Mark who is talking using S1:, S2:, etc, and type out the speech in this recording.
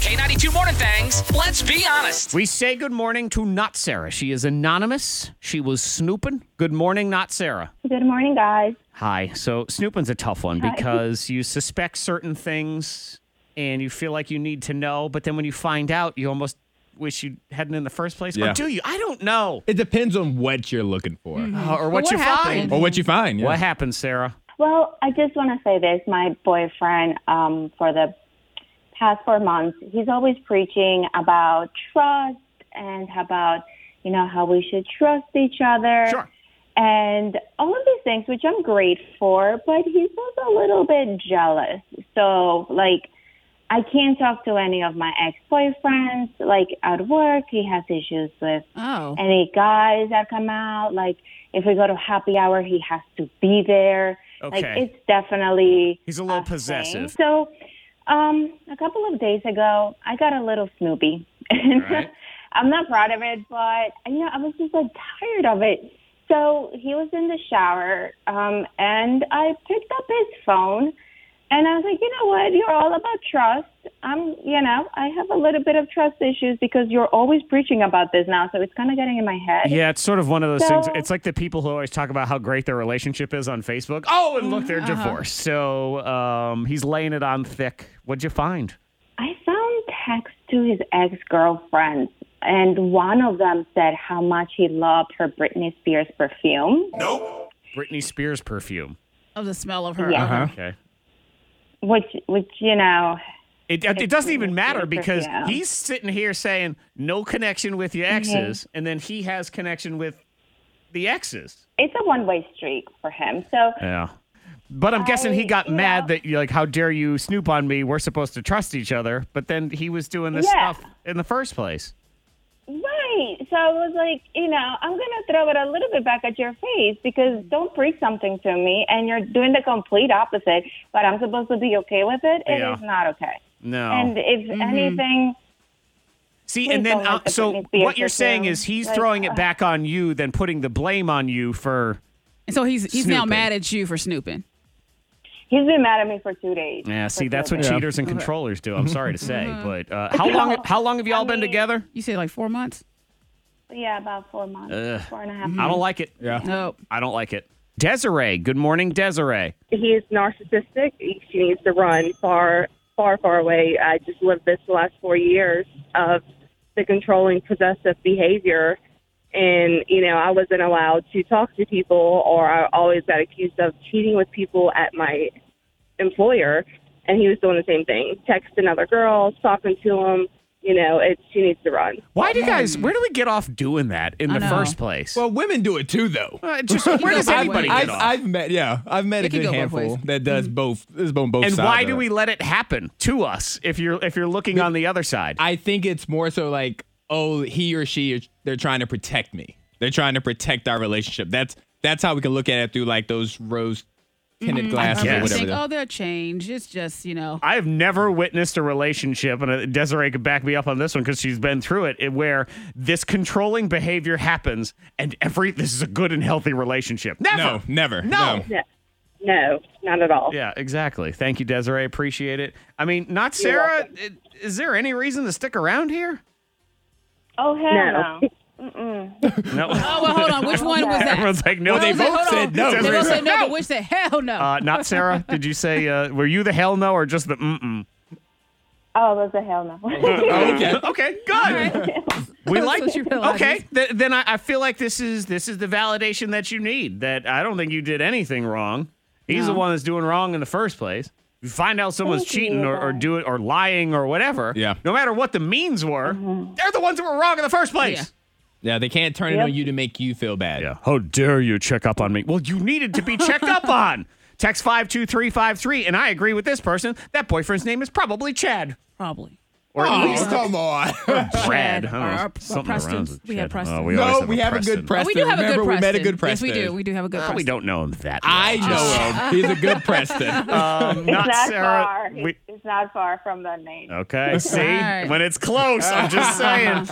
S1: Two Morning Things. Let's be honest.
S2: We say good morning to Not Sarah. She is anonymous. She was snooping. Good morning, Not Sarah.
S3: Good morning, guys.
S2: Hi. So snooping's a tough one because you suspect certain things and you feel like you need to know, but then when you find out, you almost wish you hadn't in the first place. Or
S4: Yeah.
S2: do you? I don't know.
S4: It depends on what you're looking for
S2: Uh, or what,
S5: what
S2: you
S5: happened?
S2: find.
S4: or what you find. Oh, yeah.
S2: What happened, Sarah?
S3: Well, I just want to say this. My boyfriend, um, for the past four months, he's always preaching about trust and about, you know, how we should trust each other
S2: Sure.
S3: and all of these things, which I'm great for, but he's also a little bit jealous. So, like, I can't talk to any of my ex-boyfriends. Like, at work, he has issues with
S5: Oh.
S3: any guys that come out. Like if we go to happy hour, he has to be there. Like
S2: Okay.
S3: it's definitely
S2: He's a little
S3: thing.
S2: possessive.
S3: So, um, a couple of days ago, I got a little snoopy, and
S2: Alright.
S3: I'm not proud of it, but you know, I was just like tired of it. So he was in the shower, um, and I picked up his phone. And I was like, you know what? You're all about trust. I'm, you know, I have a little bit of trust issues because you're always preaching about this now. So it's kind of getting in my head.
S2: Yeah, it's sort of one of those
S3: So-
S2: things. It's like the people who always talk about how great their relationship is on Facebook. Oh, and look, they're divorced. So um, he's laying it on thick. What'd you find?
S3: I found texts to his ex girlfriends, and one of them said how much he loved her Britney Spears perfume,
S2: Britney Spears perfume.
S5: Of the smell of her.
S3: Yeah.
S4: Uh-huh.
S2: Okay.
S3: which, which you know,
S2: It, it doesn't even matter
S3: Britney
S2: because
S3: Spears perfume.
S2: he's sitting here saying no connection with your exes, and then he has connection with the exes.
S3: it's a one way street for him. So
S2: Yeah. But I'm guessing he
S3: I-
S2: got
S3: you
S2: mad
S3: know-
S2: that you're like, how dare you snoop on me? We're supposed to trust each other. But then he was doing this
S3: Yeah.
S2: stuff in the first place.
S3: Right. So I was like, you know, I'm going to throw it a little bit back at your face because don't preach something to me and you're doing the complete opposite, but I'm supposed to be okay with it. It is
S2: Yeah. Oh.
S3: not okay.
S2: No.
S3: And if anything,
S2: See,
S3: Please
S2: and then
S3: don't
S2: uh,
S3: let the
S2: so
S3: Britney Spears
S2: what you're saying
S3: perfume,
S2: is he's
S3: like,
S2: throwing it
S3: uh,
S2: back on you, then putting the blame on you for.
S5: And so he's he's now
S2: Snooping.
S5: mad at you for snooping.
S3: he's been mad at me for two days.
S2: Yeah, see,
S3: For
S2: that's
S3: sure.
S2: what cheaters and controllers do. I'm sorry to say,
S5: Mm-hmm.
S2: but uh, how long how long have y'all been
S3: mean-
S2: together?
S5: You say like four months?
S3: Yeah, about four months, four and a half
S2: I
S5: mm-hmm.
S3: months.
S2: don't like it.
S4: Yeah.
S5: No.
S2: I don't like it. Desiree, good morning, Desiree.
S6: he is narcissistic. She needs to run far, far, far away. I just lived this the last four years of the controlling, possessive behavior. And, you know, I wasn't allowed to talk to people, or I always got accused of cheating with people at my employer. And he was doing the same thing texting other girls, talking to them. You know, it's she needs to run.
S2: Why do you guys? Where do we get off doing that in
S5: I
S2: the
S5: know.
S2: first place?
S4: Well, women do it too, though.
S2: Uh, just where does
S5: both
S2: anybody
S5: ways.
S2: get
S4: I've,
S2: off?
S4: I've met, yeah, I've met
S5: It
S4: a
S5: can
S4: good
S5: go both
S4: handful
S5: ways.
S4: that does both. Is on both
S2: and
S4: sides
S2: why
S4: of
S2: do
S4: it.
S2: we let it happen to us if you're if you're looking on the other side?
S4: I think it's more so like, oh, he or she, is- they're trying to protect me. They're trying to protect our relationship. That's that's how we can look at it through like those rose tinted glasses
S5: Or
S2: Yes.
S4: or
S5: you
S4: whatever.
S5: think,
S4: the-
S5: oh, they'll change. It's just, you know.
S2: I have never witnessed a relationship, and uh, Desiree could back me up on this one because she's been through it, it- where this controlling behavior happens, and every this is a good and healthy relationship. Never,
S4: No, never.
S2: no.
S4: No.
S6: No, no not at all.
S2: Yeah, exactly. Thank you, Desiree. Appreciate it. I mean, not Sarah. i- Is there any reason to stick around here?
S3: Oh, hell no.
S6: No.
S2: No.
S5: Oh, well, hold on. Which one was that?
S2: Everyone's like, no,
S5: Well,
S2: they
S5: I was like,
S2: both
S5: hold
S2: said
S5: on.
S2: no.
S5: They both said no,
S2: No.
S5: but which said hell no.
S2: Uh, not Sarah. Did you say? Uh, were you the hell no or just the mm mm?
S3: Oh, it was a hell no.
S4: Oh,
S2: okay. Okay. Good. We
S5: That's
S2: like.
S5: what you realize.
S2: Okay. Th- then I, I feel like this is this is the validation that you need. That I don't think you did anything wrong. He's the
S5: No.
S2: one that's doing wrong in the first place. You find out someone's
S3: Thank you,
S2: cheating or, or
S3: guys.
S2: do it or lying or whatever.
S4: Yeah.
S2: No matter what the means were, they're the ones that were wrong in the first place.
S5: Mm-hmm. Yeah.
S4: Yeah, they can't turn it
S3: Yep.
S4: on you to make you feel bad.
S2: Yeah. How dare you check up on me? Well, you needed to be checked up on. Text 52353. And I agree with this person. That boyfriend's name is probably Chad.
S5: Probably.
S2: Or at
S4: Oh,
S2: least
S4: come on.
S2: Brad.
S5: Chad,
S2: I don't know,
S5: or our-
S2: something
S5: Preston's.
S2: around with
S5: We had
S2: Chad.
S5: Preston.
S2: Oh,
S4: no,
S2: always have
S4: we have a good
S5: Oh,
S4: Preston.
S5: we do have a
S4: Remember,
S5: good Preston.
S4: we met a good
S5: yes,
S4: Preston.
S5: we do. We do have a good
S2: Oh,
S5: Preston.
S2: we don't know him that.
S4: I
S2: well.
S4: know him. He's a good Preston.
S2: Um,
S3: It's
S2: not
S3: not
S2: Sarah.
S3: far.
S2: We-
S3: It's not far from the name.
S2: okay, see
S5: All right.
S2: when it's close. I'm just saying.